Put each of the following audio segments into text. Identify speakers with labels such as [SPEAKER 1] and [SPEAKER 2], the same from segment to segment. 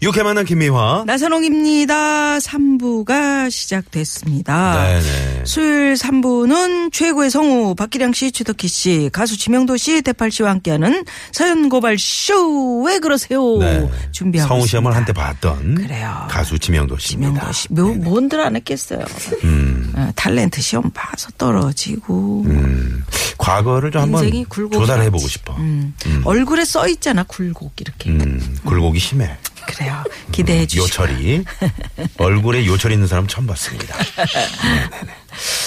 [SPEAKER 1] 육회 만난 김미화.
[SPEAKER 2] 나선홍입니다. 3부가 시작됐습니다.
[SPEAKER 1] 네네.
[SPEAKER 2] 수요일 3부는 최고의 성우 박기량 씨, 최덕희 씨, 가수 지명도 씨, 대팔 씨와 함께하는 사연 고발 쇼. 왜 그러세요?
[SPEAKER 1] 네.
[SPEAKER 2] 준비하고
[SPEAKER 1] 성우
[SPEAKER 2] 있습니다.
[SPEAKER 1] 시험을 한때 봤던
[SPEAKER 2] 그래요.
[SPEAKER 1] 가수 지명도 씨입니다.
[SPEAKER 2] 지명도 씨, 뭐, 뭔들 안 했겠어요.
[SPEAKER 1] 음,
[SPEAKER 2] 어, 탤런트 시험 봐서 떨어지고
[SPEAKER 1] 음. 과거를 좀 한번
[SPEAKER 2] 인생이 굴곡이
[SPEAKER 1] 조달해 보고
[SPEAKER 2] 많지.
[SPEAKER 1] 싶어.
[SPEAKER 2] 음. 얼굴에 써 있잖아 굴곡 이렇게
[SPEAKER 1] 음, 굴곡이 심해.
[SPEAKER 2] 그래요. 네, 기대해 주시고
[SPEAKER 1] 음, 요철이 얼굴에 요철 있는 사람 처음 봤습니다. 네네네.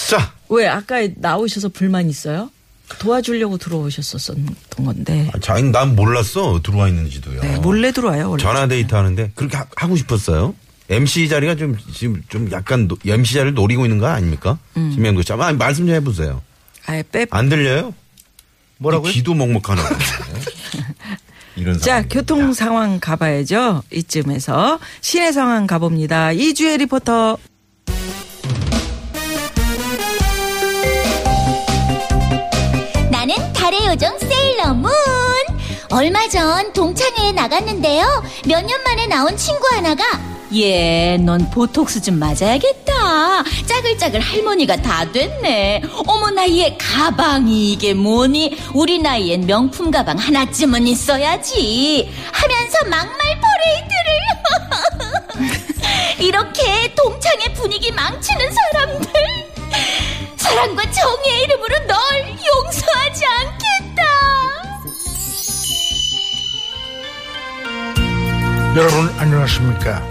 [SPEAKER 1] 자,
[SPEAKER 3] 왜 아까 나오셔서 불만 있어요? 도와주려고 들어오셨었던 건데
[SPEAKER 1] 아, 자, 난 몰랐어 들어와 있는지도요.
[SPEAKER 2] 네, 몰래 들어와요 원래.
[SPEAKER 1] 전화 데이트 하는데 그렇게 하, 하고 싶었어요. MC 자리가 좀 지금 좀 약간 노, MC 자리를 노리고 있는 거 아닙니까? 지명도 씨, 아, 말씀 좀 해보세요.
[SPEAKER 2] 음. 아예 빼.
[SPEAKER 1] 안 들려요? 뭐라고요? 귀도 먹먹하나 보네. 이런
[SPEAKER 2] 자
[SPEAKER 1] 상황입니다.
[SPEAKER 2] 교통 상황 가봐야죠. 이쯤에서 시내 상황 가봅니다. 이주혜 리포터.
[SPEAKER 4] 나는 달의 요정 세일러문. 얼마 전 동창회에 나갔는데요. 몇 년 만에 나온 친구 하나가
[SPEAKER 5] 예, 넌 보톡스 좀 맞아야겠다. 짜글짜글 할머니가 다 됐네. 어머나, 얘 가방이 이게 뭐니? 우리 나이엔 명품 가방 하나쯤은 있어야지.
[SPEAKER 4] 하면서 막말 퍼레이드를 이렇게 동창회 분위기 망치는 사람들 사랑과 정의의 이름으로 널 용서하지 않겠다.
[SPEAKER 6] 여러분 안녕하십니까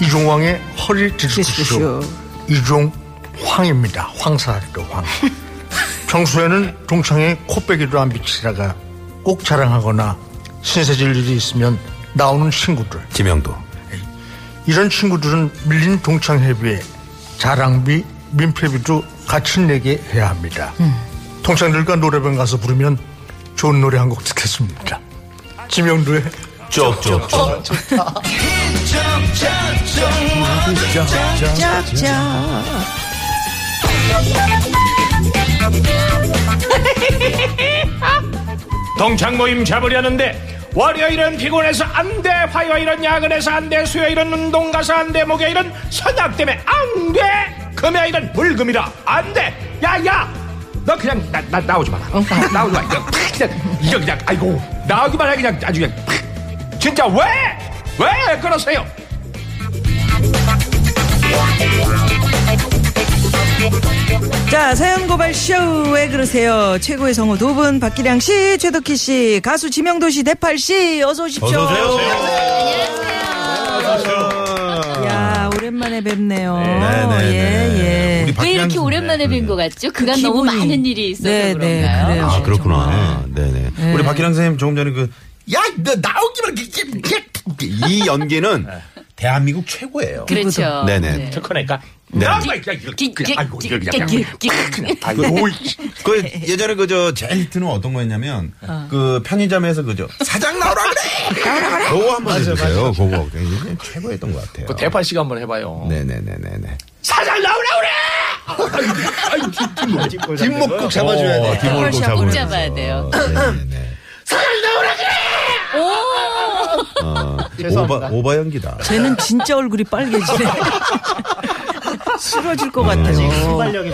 [SPEAKER 6] 이종왕의 허리 디스크쇼 이종황입니다 황사리도 황 평소에는 동창에 코빼기도 안 비치다가 꼭 자랑하거나 신세질 일이 있으면 나오는 친구들
[SPEAKER 1] 지명도.
[SPEAKER 6] 이런 친구들은 밀린 동창회비에 자랑비, 민폐비도 같이 내게 해야 합니다. 동창들과 노래방 가서 부르면 좋은 노래 한 곡 듣겠습니다. 지명도의
[SPEAKER 1] 쪽쪽쪽.
[SPEAKER 2] 짝짝.
[SPEAKER 7] 동창 모임 잡으려는데 월요일은 피곤해서 안돼 화요일은 야근해서 안돼 수요일은 운동 가서 안돼 목요일은 선약 때문에 안돼 금요일은 물금이라 안돼 야야 너 그냥 나, 나 나오지 마라
[SPEAKER 8] 어.
[SPEAKER 7] 나오지 마 그냥 팍 그냥 이거 그냥 아이고 나오기만 해 그냥 아주 그냥 팍 진짜 왜왜 그러세요
[SPEAKER 2] 자, 사연 고발 쇼왜 그러세요? 최고의 성우 두 분, 박기량 씨, 최덕희 씨, 가수 지명도 씨, 대팔 씨, 어서 오십시오.
[SPEAKER 1] 어서 오세요.
[SPEAKER 9] 아,
[SPEAKER 2] 야, 오랜만에 뵙네요.
[SPEAKER 1] 네네네.
[SPEAKER 2] 예, 예.
[SPEAKER 1] 우리
[SPEAKER 5] 왜
[SPEAKER 1] 박기량
[SPEAKER 5] 이렇게
[SPEAKER 1] 선수네.
[SPEAKER 5] 오랜만에 뵌 것 같죠? 그간 너무
[SPEAKER 2] 기분이-
[SPEAKER 5] 많은 일이 있어서
[SPEAKER 2] 네, 네,
[SPEAKER 5] 그런가요?
[SPEAKER 2] 그래요. 예.
[SPEAKER 1] 아 그렇구나. 네네. 우리 박기량 선생님 조금 전에 그 야, 너 나오기만 그, 해. 이 연기는
[SPEAKER 7] 네.
[SPEAKER 1] 대한민국 최고예요.
[SPEAKER 5] 그렇죠.
[SPEAKER 1] 네네.
[SPEAKER 5] 네.
[SPEAKER 7] 그러니까
[SPEAKER 1] 네.
[SPEAKER 7] 나와 이거 이거 그냥 아이고 이거 그냥 그냥
[SPEAKER 1] 그 예전에 그저 제일 히트는 어떤 거였냐면 그 편의점에서 그저 사장 나오라 그래. 나오라 그래. 그거 한번 해주세요. 그거 그냥 최고였던 것 같아요.
[SPEAKER 7] 그 대판 시간 한번 해봐요
[SPEAKER 1] 네네네네네.
[SPEAKER 7] 사장 나오라 그래 아이고 뒷목
[SPEAKER 1] 잡아줘야 돼.
[SPEAKER 5] 그걸
[SPEAKER 1] 뒷골도 잡으면서.
[SPEAKER 5] 꼭 잡아야 돼요.
[SPEAKER 1] 네네네. 사람
[SPEAKER 7] 아,
[SPEAKER 1] 나오라 그래! 오! 오바, 오바 연기다.
[SPEAKER 2] 쟤는 진짜 얼굴이 빨개지네. 싫어질 것 같아요.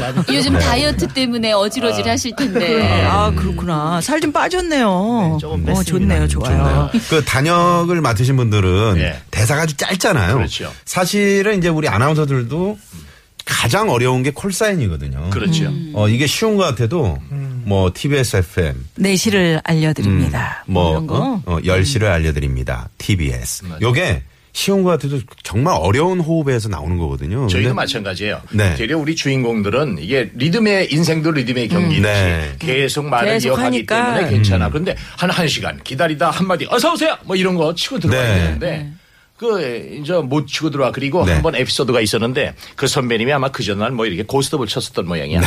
[SPEAKER 5] 요즘 다이어트 때문에 어지러질 하실 텐데.
[SPEAKER 2] 아, 그렇구나. 살 좀 빠졌네요. 어, 좋네요, 좋아요.
[SPEAKER 1] 음, 좋네요. 그 단역을 맡으신 분들은
[SPEAKER 7] 예.
[SPEAKER 1] 대사가 아주 짧잖아요.
[SPEAKER 7] 그렇죠.
[SPEAKER 1] 사실은 이제 우리 아나운서들도 가장 어려운 게 콜사인이거든요.
[SPEAKER 7] 그렇죠
[SPEAKER 1] 어, 이게 쉬운 것 같아도 뭐 TBS FM,
[SPEAKER 2] 내실을 네, 알려드립니다.
[SPEAKER 1] 뭐
[SPEAKER 2] 이런 거.
[SPEAKER 1] 어? 어, 10시를
[SPEAKER 8] 음.
[SPEAKER 1] 알려드립니다. TBS. 요게 쉬운 것 같아도 정말 어려운 호흡에서 나오는 거거든요.
[SPEAKER 7] 저희도
[SPEAKER 1] 근데
[SPEAKER 7] 마찬가지예요.
[SPEAKER 1] 음, 네.
[SPEAKER 7] 되려 우리 주인공들은 이게 리듬의 인생도 리듬의 경기듯이
[SPEAKER 1] 네. 음.
[SPEAKER 7] 계속 말을
[SPEAKER 2] 계속
[SPEAKER 7] 이어가기
[SPEAKER 2] 하니까.
[SPEAKER 7] 때문에 괜찮아. 그런데 한 한 시간 기다리다 한 마디 어서 오세요 뭐 이런 거 치고 들어가야
[SPEAKER 1] 네.
[SPEAKER 7] 되는데
[SPEAKER 8] 그 이제 못 치고 들어와 그리고
[SPEAKER 1] 네.
[SPEAKER 8] 한 번 에피소드가 있었는데 그 선배님이 아마 그 전날 뭐 이렇게 고스톱을 쳤었던
[SPEAKER 1] 네.
[SPEAKER 8] 모양이야.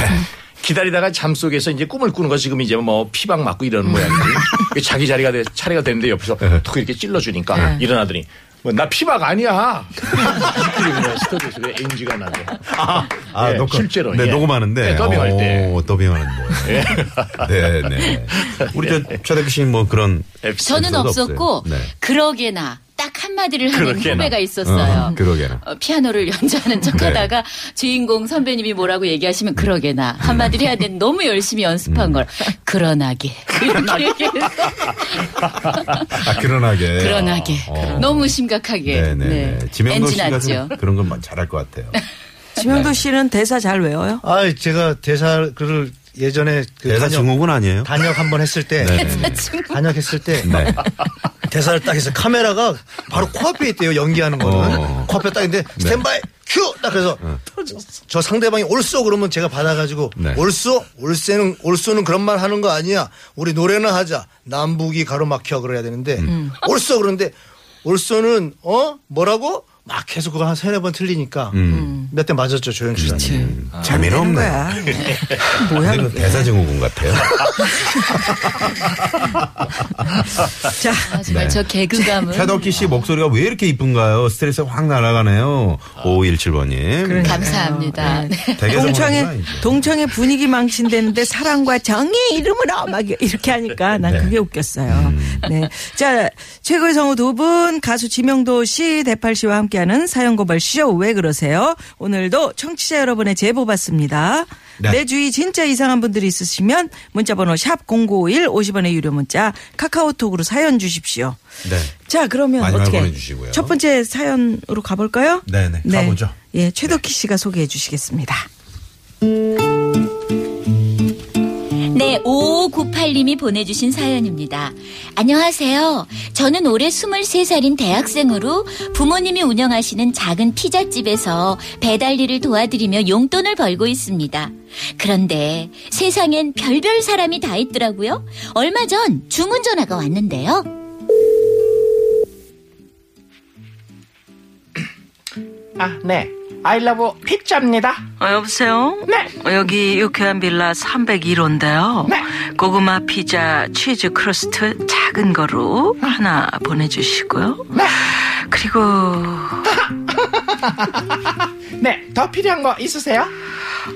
[SPEAKER 8] 기다리다가 잠 속에서 이제 꿈을 꾸는 거 지금 이제 뭐 피방 맞고 이러는 모양이지. 자기 자리가 돼 차례가 되는데 옆에서
[SPEAKER 1] 네.
[SPEAKER 8] 툭 이렇게 찔러주니까
[SPEAKER 2] 네.
[SPEAKER 8] 일어나더니 뭐 나 피박 아니야. 그리고 그냥 스튜디오에서 그냥 NG가 나죠.
[SPEAKER 1] 아,
[SPEAKER 8] 예,
[SPEAKER 1] 녹화-
[SPEAKER 8] 실제로
[SPEAKER 1] 네,
[SPEAKER 8] 예.
[SPEAKER 1] 녹음하는데.
[SPEAKER 8] 네, 더빙할
[SPEAKER 1] 오,
[SPEAKER 8] 때.
[SPEAKER 1] 더빙하는 거. 예. 네, 네. 우리 저
[SPEAKER 8] 예.
[SPEAKER 1] 최덕기 씨뭐 그런
[SPEAKER 5] 저는
[SPEAKER 1] 에피소드
[SPEAKER 5] 없었고
[SPEAKER 1] 네, 없어요? 네.
[SPEAKER 5] 그러게나 딱 한마디를 하는
[SPEAKER 8] 그러게나.
[SPEAKER 5] 후배가 있었어요.
[SPEAKER 1] 어, 그러게나.
[SPEAKER 5] 어, 피아노를 연주하는 척하다가 주인공 선배님이 뭐라고 얘기하시면 그러게나 한마디를 해야 되는 너무 열심히 연습한 걸 그러나게 이렇게 얘기해서
[SPEAKER 1] 아, 그런하게.
[SPEAKER 5] 그러나게
[SPEAKER 1] 어, 어.
[SPEAKER 5] 너무 심각하게
[SPEAKER 1] 네, 네, 네. 지명도
[SPEAKER 5] 엔진
[SPEAKER 1] 씨가 네.
[SPEAKER 5] 났죠.
[SPEAKER 1] 그런 건 잘할 것 같아요.
[SPEAKER 2] 지명도 씨는 대사 잘 외워요?
[SPEAKER 9] 아, 제가 대사를 예전에 그
[SPEAKER 1] 대사 증후군 아니에요?
[SPEAKER 9] 단역 한번 했을 때 단역했을 때
[SPEAKER 1] 네.
[SPEAKER 9] 대사를 딱 해서 카메라가 바로 코앞에 있대요 연기하는 거는
[SPEAKER 1] 어.
[SPEAKER 9] 코앞에 딱 있는데 스탠바이 큐! 딱 그래서 저 상대방이 올쏘 그러면 제가 받아가지고
[SPEAKER 1] 네.
[SPEAKER 9] 올쏘? 올쏘는 올쏘는 그런 말 하는 거 아니야 우리 노래는 하자 남북이 가로막혀 그래야 되는데
[SPEAKER 1] 음.
[SPEAKER 9] 올쏘 그런데 올쏘는 어? 뭐라고? 막 계속 그거 한 세네
[SPEAKER 1] 음.
[SPEAKER 9] 번 틀리니까
[SPEAKER 5] 음.
[SPEAKER 9] 몇 대 맞았죠 조영주 씨한테
[SPEAKER 1] 재미는
[SPEAKER 2] 되는
[SPEAKER 1] 없네.
[SPEAKER 2] 아.
[SPEAKER 1] 아,
[SPEAKER 2] 거야. 뭐야?
[SPEAKER 1] 근데
[SPEAKER 2] 그게.
[SPEAKER 1] 대사 증후군 같아요.
[SPEAKER 2] 자,
[SPEAKER 5] 아,
[SPEAKER 1] 네.
[SPEAKER 5] 정말 저 개그감은
[SPEAKER 1] 최덕기 씨 목소리가 왜 이렇게 이쁜가요? 스트레스 확 날아가네요. 5517번님.
[SPEAKER 2] 그러니까.
[SPEAKER 5] 감사합니다. 네.
[SPEAKER 2] 동창회 동창회 분위기 망신되는데 사랑과 정의 이름으로 막 이렇게 하니까 난
[SPEAKER 1] 네. 음.
[SPEAKER 2] 그게 웃겼어요. 네. 자, 최고의 성우 두 분 가수 지명도 씨, 대팔 씨와 함께하는 사연 고발 쇼 왜 그러세요? 오늘도 청취자 여러분의 제보 받습니다.
[SPEAKER 1] 네.
[SPEAKER 2] 내 주위 진짜 이상한 분들이 있으시면 문자 번호 샵 0951 50원의 유료 문자 카카오톡으로 사연 주십시오.
[SPEAKER 1] 네.
[SPEAKER 2] 자, 그러면
[SPEAKER 1] 많이 많이
[SPEAKER 2] 어떻게
[SPEAKER 1] 보내주시고요.
[SPEAKER 2] 첫 번째 사연으로 가볼까요?
[SPEAKER 1] 네네, 가보죠.
[SPEAKER 2] 예, 최덕희 씨가 소개해 주시겠습니다.
[SPEAKER 5] 네, 5598님이 보내주신 사연입니다.
[SPEAKER 4] 안녕하세요. 저는 올해 23살인 대학생으로 부모님이 운영하시는 작은 피자집에서 배달 일을 도와드리며 용돈을 벌고 있습니다. 그런데 세상엔 별별 사람이 다 있더라고요. 얼마 전 주문 전화가 왔는데요.
[SPEAKER 8] 아, 네. 아이러브 피자입니다.
[SPEAKER 2] 아, 여보세요?
[SPEAKER 8] 네.
[SPEAKER 2] 어, 여기 유쾌한 빌라 301호인데요.
[SPEAKER 8] 네.
[SPEAKER 2] 고구마 피자 치즈 크러스트 작은 거로
[SPEAKER 8] 아.
[SPEAKER 2] 하나 보내주시고요. 그리고
[SPEAKER 8] 네. 더 필요한 거 있으세요?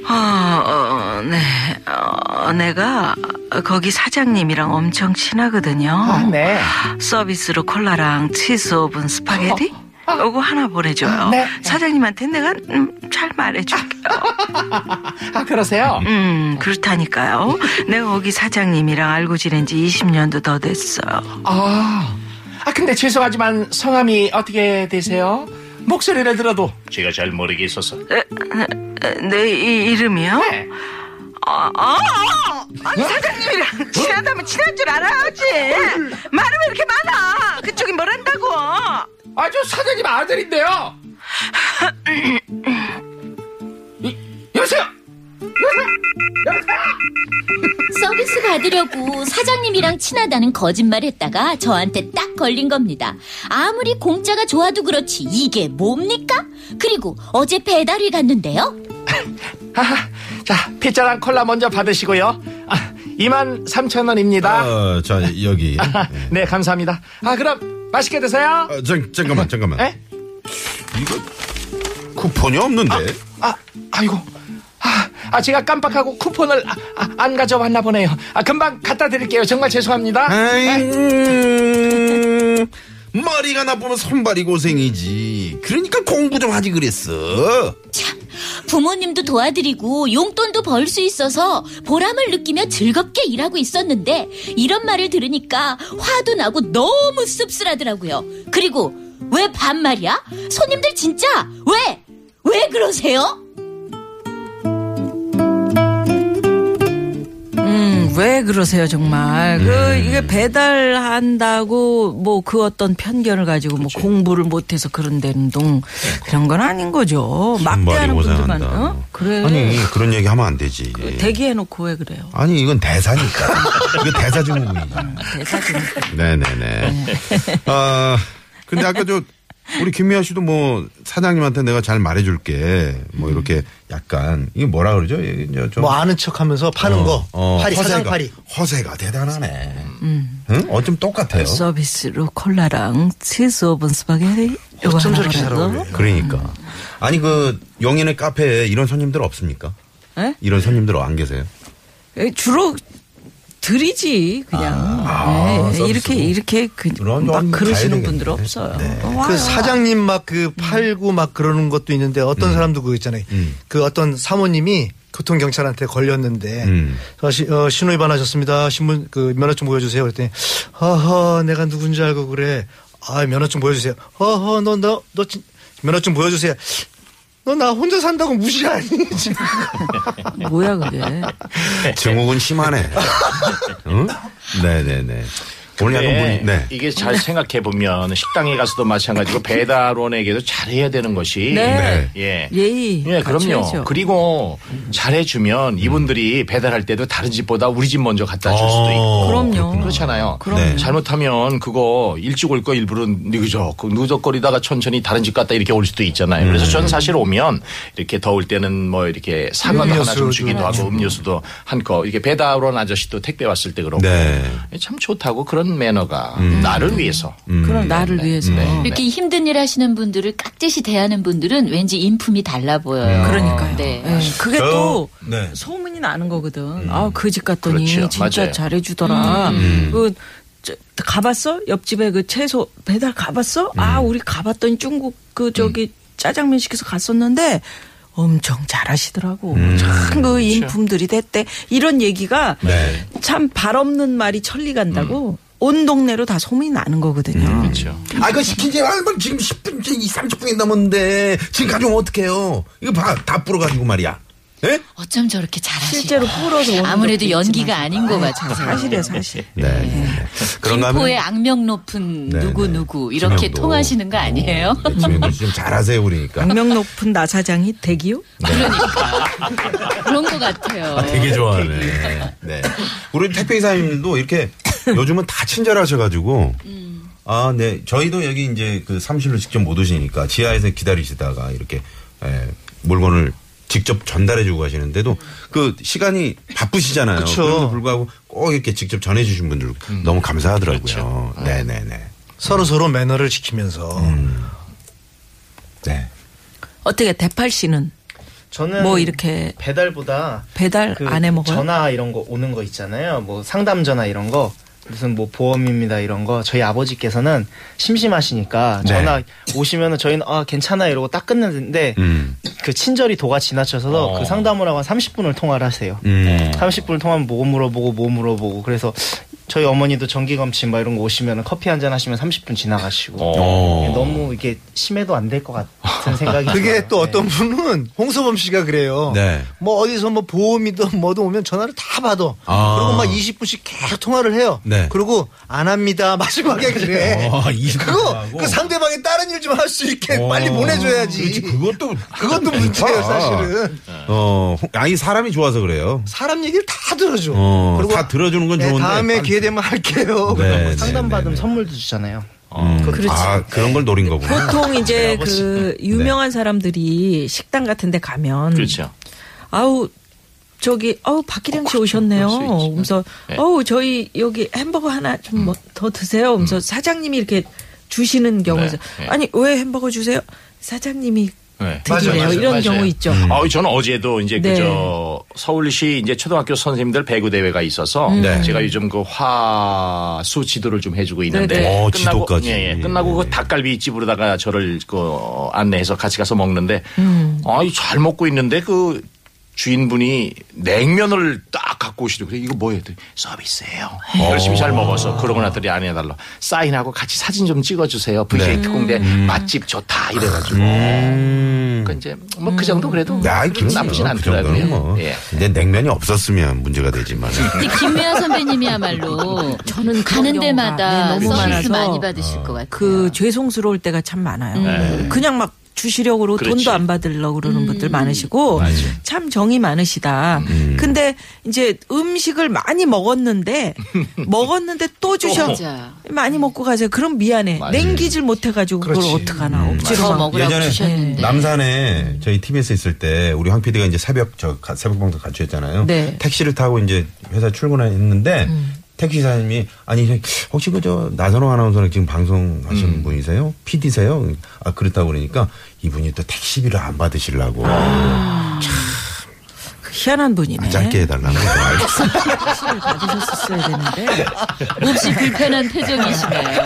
[SPEAKER 2] 어, 어, 네, 어, 내가 거기 사장님이랑 엄청 친하거든요.
[SPEAKER 8] 아, 네.
[SPEAKER 2] 서비스로 콜라랑 치즈 오븐 스파게티 요거 하나 보내줘요.
[SPEAKER 8] 네.
[SPEAKER 2] 어, 사장님한테 내가 음, 잘 말해줄게요.
[SPEAKER 8] 아, 그러세요?
[SPEAKER 2] 음 그렇다니까요. 내가 거기 사장님이랑 알고 지낸 지 20년도 더 됐어요.
[SPEAKER 8] 아, 아 근데 죄송하지만 성함이 어떻게 되세요? 목소리를 들어도 제가 잘 모르겠어서.
[SPEAKER 2] 에, 에, 내 네, 이, 이름이요?
[SPEAKER 8] 네.
[SPEAKER 2] 어, 어, 어. 아니 사장님이랑 친하다면 친한 줄 알아야지. 말은 왜 이렇게 많아? 그쪽이 뭐란다고?
[SPEAKER 8] 아, 저 사장님 아들인데요. 이, 여보세요.
[SPEAKER 4] 서비스 받으려고 사장님이랑 친하다는 거짓말 했다가 저한테 딱 걸린 겁니다. 아무리 공짜가 좋아도 그렇지 이게 뭡니까? 그리고 어제 배달이 갔는데요.
[SPEAKER 8] 아, 자, 피자랑 콜라 먼저 받으시고요. 아, 2만 3천 원입니다.
[SPEAKER 1] 어, 자, 여기.
[SPEAKER 8] 네, 감사합니다. 아, 그럼 맛있게 드세요.
[SPEAKER 1] 어, 잠, 잠깐만, 잠깐만.
[SPEAKER 8] 에?
[SPEAKER 1] 이거 쿠폰이 없는데.
[SPEAKER 8] 아, 아이고. 아, 아, 제가 깜빡하고 쿠폰을 아, 아, 안 가져왔나 보네요. 아, 금방 갖다 드릴게요. 정말 죄송합니다.
[SPEAKER 1] 아이, 음, 머리가 나쁘면 손발이 고생이지. 그러니까 공부 좀 하지 그랬어.
[SPEAKER 4] 참, 부모님도 도와드리고 용돈도 벌 수 있어서 보람을 느끼며 즐겁게 일하고 있었는데 이런 말을 들으니까 화도 나고 너무 씁쓸하더라고요. 그리고 왜 반말이야? 손님들 진짜 왜? 왜 그러세요?
[SPEAKER 2] 음, 왜 그러세요, 정말. 그, 이게 배달한다고, 뭐, 그 어떤 편견을 가지고, 뭐, 공부를 못해서 그런다는 동, 그런 건 아닌 거죠. 막대하는 분들만, 어? 그래.
[SPEAKER 1] 아니, 그런 얘기 하면 안 되지.
[SPEAKER 2] 대기해놓고 왜 그래요?
[SPEAKER 1] 아니, 이건 대사니까. 이거 대사
[SPEAKER 2] 아,
[SPEAKER 1] 증후군이다.
[SPEAKER 2] 대사 좀.
[SPEAKER 1] 네네네. 아, 근데 아까 저 우리 김미아 씨도 뭐 사장님한테 내가 잘 말해줄게.
[SPEAKER 2] 음.
[SPEAKER 1] 뭐 이렇게 약간 이게 뭐라 그러죠? 이게 이제 좀 어,
[SPEAKER 9] 뭐 아는 척하면서 파는 거 파리 사장 파리
[SPEAKER 1] 허세가 대단하네.
[SPEAKER 2] 음.
[SPEAKER 1] 응? 어쩜 똑같아요.
[SPEAKER 2] 서비스로 콜라랑 치즈 오븐 스파게티 이거
[SPEAKER 9] 어쩜
[SPEAKER 2] 하나
[SPEAKER 9] 저렇게 잘
[SPEAKER 2] 보내고.
[SPEAKER 9] 어울려요?
[SPEAKER 1] 그러니까 아니 그 용인의 카페에 이런 손님들 없습니까?
[SPEAKER 2] 에?
[SPEAKER 1] 이런 손님들 안 계세요?
[SPEAKER 2] 에, 예? 주로 드리지 그냥
[SPEAKER 1] 아,
[SPEAKER 2] 네,
[SPEAKER 1] 서비스로.
[SPEAKER 2] 이렇게 이렇게 그,
[SPEAKER 1] 그런
[SPEAKER 2] 막
[SPEAKER 1] 건
[SPEAKER 2] 그러시는
[SPEAKER 1] 가야
[SPEAKER 2] 분들
[SPEAKER 1] 되겠네.
[SPEAKER 2] 없어요.
[SPEAKER 1] 네.
[SPEAKER 2] 어, 와요. 음.
[SPEAKER 9] 그 사장님 막 그 팔고 막 그러는 것도 있는데 어떤 사람도 그거 있잖아요. 그 어떤 사모님이 교통 경찰한테 걸렸는데
[SPEAKER 1] 음.
[SPEAKER 9] 어, 시- 어, 신호 위반하셨습니다. 신분 그 면허증 보여주세요. 그랬더니 허허 내가 누군지 알고 그래. 아 면허증 보여주세요. 허허 너 너너 면허증 보여주세요. 너 나 혼자 산다고 무시하니?
[SPEAKER 2] 뭐야 그게? 네.
[SPEAKER 1] 증후군 심하네. 응? 네네네. 오늘 약간 문,
[SPEAKER 8] 네.
[SPEAKER 1] 네.
[SPEAKER 8] 이게 잘 생각해 보면 식당에 가서도 마찬가지고 배달원에게도 잘해야 되는 것이
[SPEAKER 2] 네.
[SPEAKER 8] 예.
[SPEAKER 2] 예의
[SPEAKER 7] 아,
[SPEAKER 8] 예, 그럼요.
[SPEAKER 2] 갖춰야죠.
[SPEAKER 8] 그리고 잘해주면 이분들이 배달할 때도 다른 집보다 우리 집 먼저 갖다 줄 수도 있고.
[SPEAKER 1] 어,
[SPEAKER 2] 그럼요.
[SPEAKER 1] 그렇구나.
[SPEAKER 8] 그렇잖아요.
[SPEAKER 2] 그럼요.
[SPEAKER 1] 네.
[SPEAKER 8] 잘못하면 그거 일찍 올 거 일부러 네, 늦적 늦적거리다가 천천히 다른 집 갔다 이렇게 올 수도 있잖아요. 그래서 저는 사실 오면 이렇게 더울 때는 뭐 이렇게 사과도 하나 좀
[SPEAKER 9] 음료수도
[SPEAKER 8] 주기도 하고 음료수도 한 컵 이렇게 배달원 아저씨도 택배 왔을 때 그러고 예,
[SPEAKER 1] 네.
[SPEAKER 8] 참 좋다고 그런 매너가 나를 위해서
[SPEAKER 1] 음.
[SPEAKER 2] 그럼
[SPEAKER 1] 네.
[SPEAKER 2] 나를 위해서.
[SPEAKER 5] 이렇게 힘든 일 하시는 분들을 깍듯이 대하는 분들은 왠지 인품이 달라 보여요.
[SPEAKER 2] 그러니까요.
[SPEAKER 5] 네.
[SPEAKER 2] 예, 그게
[SPEAKER 1] 음. 저- 음.
[SPEAKER 2] 또
[SPEAKER 1] 네.
[SPEAKER 2] 소문이 나는 거거든. 아, 그 집 갔더니
[SPEAKER 8] 그렇죠.
[SPEAKER 2] 진짜
[SPEAKER 8] 맞아요.
[SPEAKER 9] 음,
[SPEAKER 2] 잘해주더라. 그 저, 가봤어? 옆집에 그 채소 배달 가봤어? 아,
[SPEAKER 1] 음.
[SPEAKER 2] 우리 가봤더니 중국 그 저기 짜장면 시켜서 갔었는데 엄청 잘하시더라고. 참
[SPEAKER 9] 그렇죠.
[SPEAKER 2] 그
[SPEAKER 8] 그렇죠.
[SPEAKER 2] 인품들이 됐대. 이런 얘기가
[SPEAKER 1] 음. 네.
[SPEAKER 2] 참 발 없는 말이 천리 간다고 온 동네로 다 아, 소문이 나는 거거든요.
[SPEAKER 8] 음. 그렇죠.
[SPEAKER 1] 아, 이거 시킨 지 얼마 지금 10분, 30분이 넘었는데 지금 가져오면 어떡해요? 이거 봐, 다 불어가지고 말이야. 예?
[SPEAKER 5] 어쩜 저렇게 잘하시죠?
[SPEAKER 2] 실제로 풀어서 오는
[SPEAKER 5] 아무래도
[SPEAKER 2] 것도
[SPEAKER 5] 연기가
[SPEAKER 2] 있지만. 네,
[SPEAKER 5] 아닌 것 같아요.
[SPEAKER 2] 사실이에요, 사실.
[SPEAKER 1] 네. 네. 그런가 하면.
[SPEAKER 5] 김포의 악명 높은
[SPEAKER 1] 네,
[SPEAKER 5] 누구
[SPEAKER 1] 네.
[SPEAKER 5] 누구 이렇게
[SPEAKER 1] 지명도.
[SPEAKER 5] 통하시는 거 아니에요?
[SPEAKER 1] 어, 네, 지명도 씨 지금 잘하세요, 우리니까.
[SPEAKER 2] 악명 높은 나 사장이 대기요?
[SPEAKER 8] 네.
[SPEAKER 5] 그러니까 그런 것 같아요.
[SPEAKER 1] 되게 좋아하네. 네. 우리 택배기사님도 이렇게 요즘은 다 친절하셔가지고. 아, 네. 저희도 여기 이제 그 사무실로 직접 못 오시니까 지하에서 기다리시다가 이렇게 에, 물건을 직접 전달해주고 가시는데도 그 시간이 바쁘시잖아요.
[SPEAKER 9] 그쵸.
[SPEAKER 1] 그럼에도 불구하고 꼭 이렇게 직접 전해주신 분들 너무 감사하더라고요. 네네네.
[SPEAKER 9] 아.
[SPEAKER 1] 음.
[SPEAKER 9] 서로 서로 매너를 지키면서
[SPEAKER 1] 네.
[SPEAKER 2] 어떻게 대팔 씨는
[SPEAKER 10] 저는
[SPEAKER 2] 뭐 이렇게
[SPEAKER 10] 음. 배달보다
[SPEAKER 2] 배달
[SPEAKER 10] 그
[SPEAKER 2] 안 해 먹어요?
[SPEAKER 10] 전화 이런 거 오는 거 있잖아요. 뭐 상담 전화 이런 거 무슨 뭐 보험입니다 이런 거 저희 아버지께서는 심심하시니까
[SPEAKER 1] 네.
[SPEAKER 10] 전화 오시면은 저희는 아 괜찮아 이러고 딱 끊는데
[SPEAKER 1] 음. 어.
[SPEAKER 10] 그 친절이 도가 지나쳐서 그 상담을 하고 한 30분을 통화를 하세요.
[SPEAKER 1] 음.
[SPEAKER 10] 30분 통화면 뭐 물어보고 뭐 물어보고 그래서 저희 어머니도 정기검진 막 이런 거 오시면 커피 한 잔 하시면 30분 지나가시고
[SPEAKER 1] 어.
[SPEAKER 10] 너무 이게 심해도 안 될 것 같은 생각이
[SPEAKER 9] 그게
[SPEAKER 10] 들어요.
[SPEAKER 9] 또
[SPEAKER 10] 네.
[SPEAKER 9] 어떤 분은 홍서범 씨가 그래요.
[SPEAKER 1] 네.
[SPEAKER 9] 뭐 어디서 뭐 보험이든 뭐든 오면 전화를 다 받아.
[SPEAKER 1] 아.
[SPEAKER 9] 그리고 막 20분씩 계속 통화를 해요.
[SPEAKER 1] 네.
[SPEAKER 9] 그리고 안 합니다. 마지막에 그래.
[SPEAKER 1] 어, 20분
[SPEAKER 9] 그거
[SPEAKER 1] 하고.
[SPEAKER 9] 그 상대방이 다른 일 좀 할 수 있게
[SPEAKER 1] 어.
[SPEAKER 9] 빨리 보내줘야지.
[SPEAKER 1] 그렇지. 그것도
[SPEAKER 9] 그것도 문제예요,
[SPEAKER 1] 아.
[SPEAKER 9] 사실은.
[SPEAKER 1] 어, 아니 사람이 좋아서 그래요.
[SPEAKER 9] 사람 얘기를 다 들어줘.
[SPEAKER 1] 어, 다 들어주는 건
[SPEAKER 9] 네,
[SPEAKER 1] 좋은데
[SPEAKER 9] 다음에
[SPEAKER 1] 빨리-
[SPEAKER 9] 기회 되면 할게요.
[SPEAKER 1] 네,
[SPEAKER 10] 상담
[SPEAKER 1] 네,
[SPEAKER 10] 받으면
[SPEAKER 1] 네, 네.
[SPEAKER 10] 선물도 주잖아요.
[SPEAKER 1] 음,
[SPEAKER 8] 그렇죠.
[SPEAKER 2] 그렇지.
[SPEAKER 1] 아 그런 걸 노린 거구나.
[SPEAKER 8] 아,
[SPEAKER 2] 보통 이제 그 유명한 사람들이 식당 같은 데 가면
[SPEAKER 8] 네. 그렇죠. 어,
[SPEAKER 2] 아우 저기 아우 박기량 씨 오셨네요. 그래서
[SPEAKER 8] 네. 음.
[SPEAKER 2] 어우 저희 여기 햄버거 하나 좀 뭐 더 드세요. 그래서 사장님이 이렇게 주시는 경우
[SPEAKER 8] 네,
[SPEAKER 2] 있어요.
[SPEAKER 8] 네.
[SPEAKER 2] 아니 왜 햄버거 주세요? 사장님이
[SPEAKER 8] 네.
[SPEAKER 2] 드리래요.
[SPEAKER 9] 맞아요,
[SPEAKER 2] 이런
[SPEAKER 8] 맞아요.
[SPEAKER 2] 경우 있죠.
[SPEAKER 8] 아, 저는 어제도 이제
[SPEAKER 2] 네.
[SPEAKER 8] 그저 서울시 이제 초등학교 선생님들 배구 대회가 있어서
[SPEAKER 2] 음.
[SPEAKER 1] 네.
[SPEAKER 8] 제가 요즘 그 화수 지도를 좀 해주고 있는데
[SPEAKER 2] 네네.
[SPEAKER 1] 어, 지도까지.
[SPEAKER 8] 예,
[SPEAKER 1] 네.
[SPEAKER 8] 예. 끝나고 그 닭갈비 집으로다가 저를 그 안내해서 같이 가서 먹는데
[SPEAKER 2] 음.
[SPEAKER 8] 아이 잘 먹고 있는데 그 주인분이 냉면을 딱 갖고 오시더니 그래 이거 뭐예요? 그랬더니 서비스예요. 열심히 잘 먹어서 그러고 났더니 아내가 달라 사인하고 같이 사진 좀 찍어주세요. VJ 특공대 맛집 좋다 이래가지고 그러니까 이제 뭐 그 정도 그래도
[SPEAKER 1] 야, 이
[SPEAKER 9] 그렇죠.
[SPEAKER 8] 그래도 나쁘진
[SPEAKER 1] 김치는 그 정도는
[SPEAKER 8] 않더라고요.
[SPEAKER 1] 뭐.
[SPEAKER 8] 예.
[SPEAKER 1] 근데 냉면이 없었으면 문제가 되지만.
[SPEAKER 5] 근데 김미아 선배님이야말로
[SPEAKER 2] 저는
[SPEAKER 5] 가는 데마다
[SPEAKER 2] 네, 너무
[SPEAKER 5] 서비스
[SPEAKER 2] 많아서
[SPEAKER 1] 어.
[SPEAKER 5] 많이 받으실 것 같아요. 음.
[SPEAKER 2] 그 죄송스러울 때가 참 많아요. 그냥 막 주시려고 그러고
[SPEAKER 11] 그렇지.
[SPEAKER 2] 돈도 안 받으려고 그러는 분들 많으시고
[SPEAKER 1] 맞아요.
[SPEAKER 2] 참 정이 많으시다. 근데 이제 음식을 많이 먹었는데 먹었는데 또 주셔.
[SPEAKER 8] 어.
[SPEAKER 11] 맞아.
[SPEAKER 2] 많이 먹고 가세요. 그럼 미안해.
[SPEAKER 11] 맞아요.
[SPEAKER 2] 냉기질 못해 가지고 그걸
[SPEAKER 9] 그렇지.
[SPEAKER 2] 어떡하나. 억지로
[SPEAKER 11] 더
[SPEAKER 2] 막
[SPEAKER 11] 먹으라고
[SPEAKER 1] 예전에
[SPEAKER 11] 주셨는데.
[SPEAKER 1] 남산에 저희 TBS 있을 때 우리 황 PD가 이제 새벽 저 가- 새벽 방송 같이 했잖아요.
[SPEAKER 2] 네. 음.
[SPEAKER 1] 택시를 타고 이제 회사 출근했는데 택시 사님이 아니 저- 혹시 그저 나선호 아나운서랑 지금 방송하시는
[SPEAKER 2] 음.
[SPEAKER 1] 분이세요? PD세요? 아 그렇다고 그러니까 이분이 또 택시비를 안 받으시려고 아,
[SPEAKER 2] 그 희한한 아, 분이네.
[SPEAKER 1] 짧게 해달라는 거죠. 알겠어요.
[SPEAKER 2] 택시를 받으셨었어야 되는데.
[SPEAKER 5] 몹시 불편한 표정이시네요.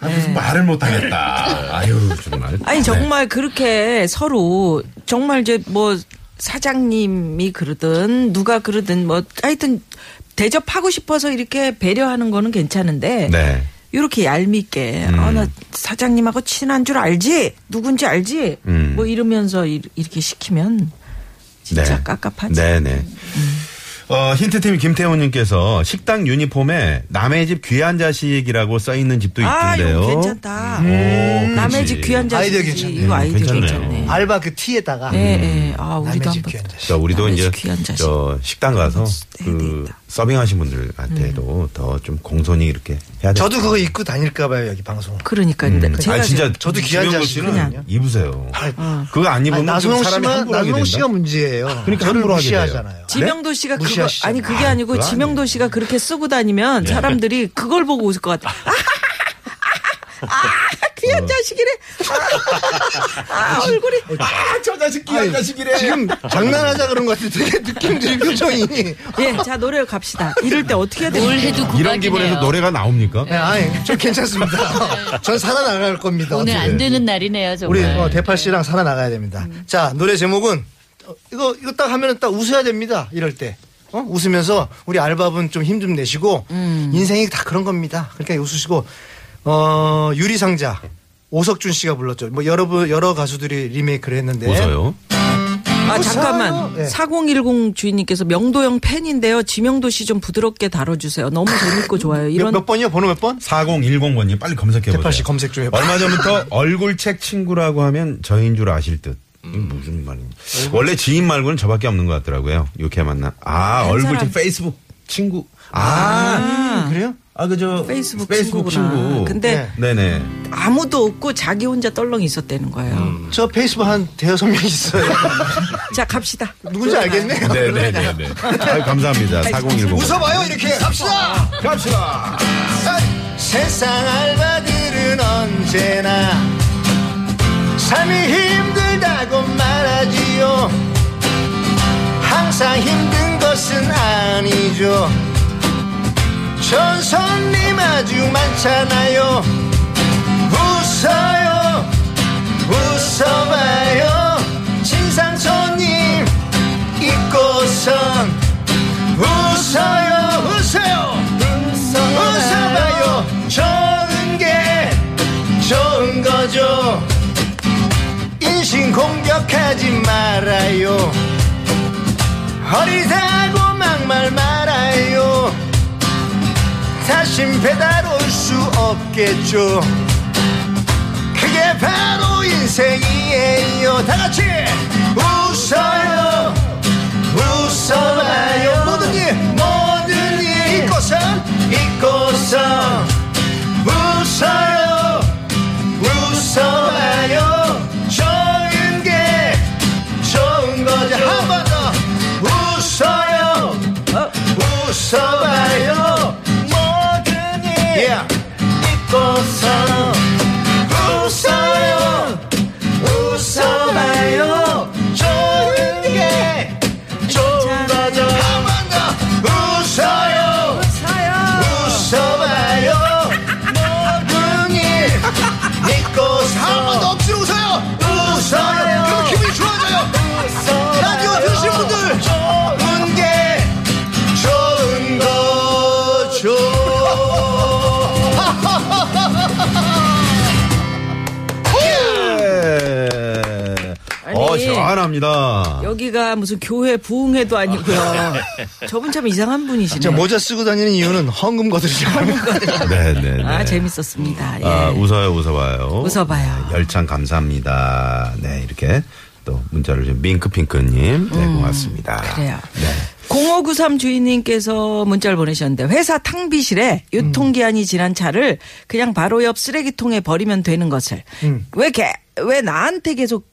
[SPEAKER 1] 아, 무슨 말을 못하겠다. 아유 정말.
[SPEAKER 2] 아니
[SPEAKER 1] 네.
[SPEAKER 2] 정말 그렇게 서로 정말 이제 뭐 사장님이 그러든 누가 그러든 뭐 하여튼 대접하고 싶어서 이렇게 배려하는 거는 괜찮은데
[SPEAKER 1] 네.
[SPEAKER 2] 이렇게 얄밉게 아 나 사장님하고 친한 줄 알지 누군지 알지
[SPEAKER 1] 음.
[SPEAKER 2] 뭐 이러면서 이, 렇게 시키면 진짜 깝깝하지.
[SPEAKER 1] 네.
[SPEAKER 2] 음.
[SPEAKER 1] 네네. 어, 힌트팀 김태훈님께서 식당 유니폼에 남의 집 귀한 자식이라고 써 있는 집도
[SPEAKER 2] 아
[SPEAKER 1] 있던데요.
[SPEAKER 2] 이거 괜찮다.
[SPEAKER 1] 음,
[SPEAKER 2] 남의
[SPEAKER 1] 그렇지. 음,
[SPEAKER 2] 집 귀한 자식
[SPEAKER 9] 아이디어 괜찮네.
[SPEAKER 2] 이거 아이디어
[SPEAKER 1] 괜찮네요.
[SPEAKER 2] 그렇죠. 괜찮네.
[SPEAKER 10] 알바 그 티에다가
[SPEAKER 2] 네, 네. 아
[SPEAKER 9] 남의
[SPEAKER 2] 우리도
[SPEAKER 9] 집
[SPEAKER 2] 한번
[SPEAKER 9] 귀한 자식.
[SPEAKER 1] 자, 그러니까 우리도
[SPEAKER 2] 남의
[SPEAKER 1] 이제
[SPEAKER 2] 집 귀한 자식.
[SPEAKER 1] 저 식당 가서
[SPEAKER 2] 네,
[SPEAKER 1] 그
[SPEAKER 2] 네, 음. 있다.
[SPEAKER 1] 서빙하신 분들한테도 더 좀 공손히 이렇게 해야 돼.
[SPEAKER 9] 저도 그거 입고 다닐까 봐요 여기 방송.
[SPEAKER 2] 그러니까 제가
[SPEAKER 1] 아 진짜
[SPEAKER 9] 저도 귀한
[SPEAKER 1] 김영걸
[SPEAKER 9] 자식은
[SPEAKER 1] 씨는
[SPEAKER 9] 아니에요.
[SPEAKER 1] 입으세요.
[SPEAKER 2] 어.
[SPEAKER 9] 아.
[SPEAKER 1] 그거 안
[SPEAKER 9] 아니,
[SPEAKER 1] 입으면
[SPEAKER 9] 나선홍
[SPEAKER 1] 좀 사람이
[SPEAKER 9] 씨만
[SPEAKER 1] 함부로 하게
[SPEAKER 9] 나선홍
[SPEAKER 1] 된다.
[SPEAKER 9] 씨가 문제예요.
[SPEAKER 1] 그러니까
[SPEAKER 9] 저를
[SPEAKER 1] 함부로 하게 돼요.
[SPEAKER 9] 무시하잖아요.
[SPEAKER 2] 네?
[SPEAKER 9] 네?
[SPEAKER 2] 지명도 씨가 그거
[SPEAKER 9] 무시하시죠.
[SPEAKER 2] 아니 그게 아니고
[SPEAKER 1] 그거
[SPEAKER 2] 지명도 씨가 그렇게 쓰고 다니면 사람들이 그걸 보고 웃을 것 같아. 아, 아, 귀한 자식이래. 아, 아, 얼굴이
[SPEAKER 1] 아저 자식 귀한 자식이래.
[SPEAKER 9] 지금 장난하자 그런 것 같은데 되게 느낌들이 표정이.
[SPEAKER 2] 예, 자 노래를 갑시다. 이럴 때 어떻게 해야 되
[SPEAKER 5] 뭘
[SPEAKER 2] 는
[SPEAKER 5] 해도
[SPEAKER 1] 이런
[SPEAKER 5] 구박이네요.
[SPEAKER 1] 기분에서 노래가 나옵니까?
[SPEAKER 9] 네, 아니 좀 괜찮습니다. 전 살아나갈
[SPEAKER 2] 그
[SPEAKER 9] 겁니다.
[SPEAKER 5] 오늘
[SPEAKER 9] 어떻게.
[SPEAKER 5] 안 되는 날이네요, 음. 정말.
[SPEAKER 9] 우리 어, 대팔 씨랑 살아나가야 됩니다. 자 노래 제목은 어, 이거 이거 딱 하면은 딱 웃어야 됩니다. 이럴 때. 어? 웃으면서 우리 알바분 좀 힘 좀 내시고
[SPEAKER 5] 음.
[SPEAKER 9] 인생이 다 그런 겁니다. 그러니까 웃으시고 어, 유리상자 오석준 씨가 불렀죠. 뭐 여러 분 여러 가수들이 리메이크를 했는데
[SPEAKER 1] 웃어요.
[SPEAKER 2] 아 잠깐만.
[SPEAKER 9] 네.
[SPEAKER 2] 4010 주인님께서 명도형 팬인데요. 지명도 씨 좀 부드럽게 다뤄주세요. 너무 재밌고 좋아요.
[SPEAKER 9] 몇,
[SPEAKER 2] 이런
[SPEAKER 9] 몇 네, 번이요? 번호 몇 번?
[SPEAKER 1] 4010번님 빨리 검색해 보세요.
[SPEAKER 9] 대팔 씨 검색 좀 해봐.
[SPEAKER 1] 얼마 전부터 얼굴책 친구라고 하면 저인 줄 아실 듯. 이게
[SPEAKER 9] 음.
[SPEAKER 1] 무슨 말입니까? 원래 지인 말고는 저밖에 없는 것 같더라고요. 이렇게 만나. 아, 얼굴책
[SPEAKER 2] 사람.
[SPEAKER 1] 페이스북 친구. 아,
[SPEAKER 9] 음, 그래요?
[SPEAKER 1] 아, 그저
[SPEAKER 2] 페이스북, 친구구나.
[SPEAKER 1] 친구.
[SPEAKER 2] 근데
[SPEAKER 1] 네네.
[SPEAKER 2] 아무도 없고 자기 혼자 떨렁이 있었다는 거예요.
[SPEAKER 9] 음. 저 페이스북 한 대여섯 명 있어요.
[SPEAKER 2] 자 갑시다.
[SPEAKER 9] 누군지 알겠네요.
[SPEAKER 1] 네네네. 아유, 감사합니다. 4010.
[SPEAKER 9] 웃어봐요 이렇게 갑시다.
[SPEAKER 1] 갑시다.
[SPEAKER 9] 세상 알바들은 언제나 삶이 힘들다고 말하지요 항상 힘든 것은 아니죠 전 손님 아주 많잖아요 웃어요 웃어봐요 진상 손님 있고선 웃어요 웃어요 웃어봐요 좋은 게 좋은 거죠 인신 공격하지 말아요 어리다고 막말 말아요 다신 배달 올 수 없겠죠 그게 바로 인생이에요 다 같이 웃어요 웃어봐요 모든 일 모든 일 잊고서 잊고서 웃어요 웃어봐요 좋은 게 좋은 거죠 한 번 더 웃어요 웃어봐요 모든 일 잊고서 웃어요 웃어봐요 좋은 게 좋은 거죠 한 번 더 웃어요 웃어봐요 모든 일 믿고 한번더 억지로 웃어요 웃어요 그럼 기분이 좋아져요 라디오 들으신 분들 좋은 게 좋은 거죠
[SPEAKER 1] 예. 어, 시원합니다.
[SPEAKER 2] 여기가 무슨 교회 부흥회도 아니고요. 저분 참 이상한 분이시네.
[SPEAKER 9] 제 모자 쓰고 다니는 이유는 헝금 거들이잖아요.
[SPEAKER 1] 네, 네, 네.
[SPEAKER 2] 아 재밌었습니다. 예.
[SPEAKER 1] 아, 웃어요, 웃어봐요.
[SPEAKER 2] 웃어봐요.
[SPEAKER 1] 네, 열창 감사합니다. 네, 이렇게 또 문자를 좀 밍크핑크님. 네, 고맙습니다.
[SPEAKER 2] 음. 그래요. 0593 주인님께서 문자를 보내셨는데 회사 탕비실에
[SPEAKER 1] 음.
[SPEAKER 2] 유통기한이 지난 차를 그냥 바로 옆 쓰레기통에 버리면 되는 것을 왜 개, 왜 나한테 계속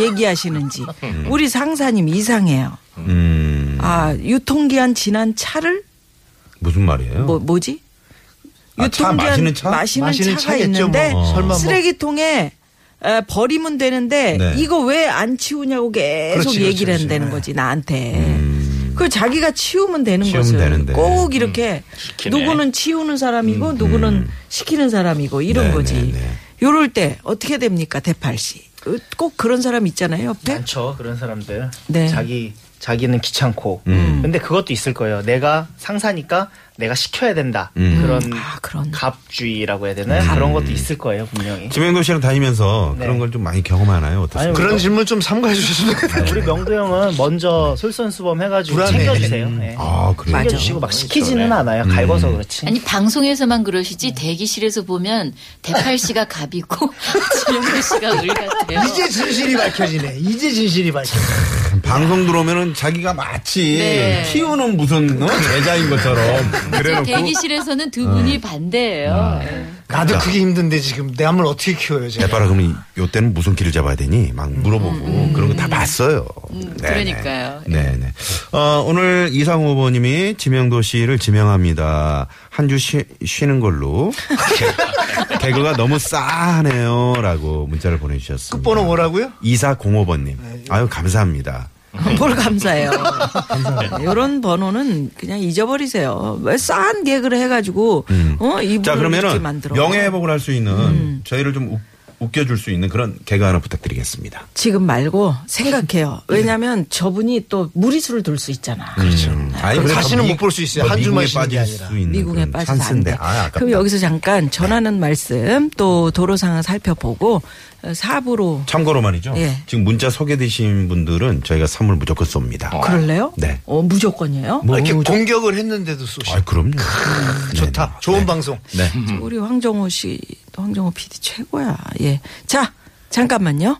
[SPEAKER 2] 얘기하시는지 우리 상사님 이상해요.
[SPEAKER 1] 음,
[SPEAKER 2] 아 유통기한 지난 차를
[SPEAKER 1] 무슨 말이에요?
[SPEAKER 2] 뭐 뭐지?
[SPEAKER 1] 아, 차, 마시는 차?
[SPEAKER 9] 마시는
[SPEAKER 2] 가
[SPEAKER 9] 차겠죠,
[SPEAKER 2] 있는데
[SPEAKER 9] 뭐. 설마 뭐.
[SPEAKER 2] 쓰레기통에 에, 버리면 되는데
[SPEAKER 1] 네.
[SPEAKER 2] 이거 왜 안 치우냐고 계속
[SPEAKER 9] 그렇지,
[SPEAKER 2] 얘기를
[SPEAKER 9] 그렇지,
[SPEAKER 2] 한다는
[SPEAKER 9] 그렇지.
[SPEAKER 2] 거지 나한테. 그 자기가 치우면 되는
[SPEAKER 1] 음. 치우면
[SPEAKER 2] 것을
[SPEAKER 1] 되는데. 음.
[SPEAKER 2] 꼭 이렇게
[SPEAKER 8] 시키네.
[SPEAKER 2] 누구는 치우는 사람이고 누구는 시키는 사람이고 이런
[SPEAKER 1] 네,
[SPEAKER 2] 거지.
[SPEAKER 1] 네, 네.
[SPEAKER 2] 요럴 때 어떻게 됩니까 대팔 씨? 그, 꼭 그런 사람 있잖아요 옆에.
[SPEAKER 9] 음.
[SPEAKER 10] 많죠 그런 사람들.
[SPEAKER 2] 네.
[SPEAKER 10] 자기 자기는 귀찮고.
[SPEAKER 1] 음.
[SPEAKER 10] 근데 그것도 있을 거예요. 내가 상사니까 내가 시켜야 된다.
[SPEAKER 1] 음.
[SPEAKER 10] 그런,
[SPEAKER 2] 아, 그런.
[SPEAKER 10] 갑주의라고 해야 되나요? 그런 것도 있을 거예요 분명히.
[SPEAKER 1] 김행도 씨랑 다니면서
[SPEAKER 10] 네.
[SPEAKER 1] 그런 걸 좀 많이 경험하나요? 어떠세요?
[SPEAKER 10] 아니,
[SPEAKER 9] 그런 질문 좀 삼가해 주셨으면 좋겠어요.
[SPEAKER 10] 우리 명도 형은 먼저 솔선수범 해가지고
[SPEAKER 9] 불안해.
[SPEAKER 10] 챙겨주세요. 예.
[SPEAKER 1] 아, 그래요? 그렇죠. 네. 음.
[SPEAKER 10] 챙겨주시고 막 시키지는 않아요. 갈궈서 그렇지.
[SPEAKER 5] 아니 방송에서만 그러시지 대기실에서 보면 대팔 씨가 갑이고 지영구 씨가 을 같아요.
[SPEAKER 9] 이제 진실이 밝혀지네. 이제 진실이 밝혀지네.
[SPEAKER 1] 방송 들어오면은 자기가 마치
[SPEAKER 5] 네.
[SPEAKER 1] 키우는 무슨 어? 제자인 것처럼
[SPEAKER 5] 지금
[SPEAKER 1] 그래놓고 음.
[SPEAKER 5] 대기실에서는 두 분이 반대예요. 예.
[SPEAKER 9] 나도 그게 힘든데 지금 내 암을 어떻게 키워요, 제가.
[SPEAKER 1] 대파라 그러면 요 때는 무슨 길을 잡아야 되니 막 물어보고
[SPEAKER 9] 음,
[SPEAKER 1] 그런 거 다 봤어요.
[SPEAKER 5] 음,
[SPEAKER 1] 네,
[SPEAKER 5] 그러니까요.
[SPEAKER 1] 네네. 어, 오늘 이상 후보님이 지명도 씨를 지명합니다. 한 주 쉬는 걸로 개- 개그가 너무 싸하네요라고 문자를 보내주셨습니다.
[SPEAKER 9] 끝번호 뭐라고요? 네.
[SPEAKER 1] 2405번님. 아유 감사합니다.
[SPEAKER 2] 뭘 감사해요. 이런 번호는 그냥 잊어버리세요. 왜 싸한 개그를 해가지고 어 이분을
[SPEAKER 1] 음.
[SPEAKER 9] 음,
[SPEAKER 1] 자
[SPEAKER 2] 이렇게
[SPEAKER 1] 그러면은
[SPEAKER 2] 만들어.
[SPEAKER 1] 명예 회복을 할 수 있는 저희를 좀 웃- 웃겨줄 수 있는 그런 개그 하나 부탁드리겠습니다.
[SPEAKER 2] 지금 말고 생각해요. 왜냐하면 저분이 또 무리수를 둘 수 있잖아.
[SPEAKER 1] 그렇죠. 아니,
[SPEAKER 9] 그래서 다시는 못볼수 있어요. 한 주만 쉬는 게 아니라.
[SPEAKER 2] 미국에 빠져서 안 돼.
[SPEAKER 1] 아, 아깝다. 네.
[SPEAKER 2] 그럼 여기서 잠깐 전하는 말씀 또 도로 상황 살펴보고 어, 사부로
[SPEAKER 1] 참고로 말이죠.
[SPEAKER 2] 예.
[SPEAKER 1] 지금 문자 소개되신 분들은 저희가 선물 무조건 쏩니다.
[SPEAKER 2] 그럴래요?
[SPEAKER 1] 네.
[SPEAKER 2] 어 무조건이에요.
[SPEAKER 1] 뭐,
[SPEAKER 9] 이렇게
[SPEAKER 1] 뭐,
[SPEAKER 9] 어, 공격을 했는데도 쏘시.
[SPEAKER 1] 아, 그럼요.
[SPEAKER 9] 좋다.
[SPEAKER 1] 네네.
[SPEAKER 9] 좋은
[SPEAKER 1] 네.
[SPEAKER 9] 방송.
[SPEAKER 1] 네.
[SPEAKER 2] 우리 황정호 씨, 황정호 PD 최고야. 예. 자 잠깐만요.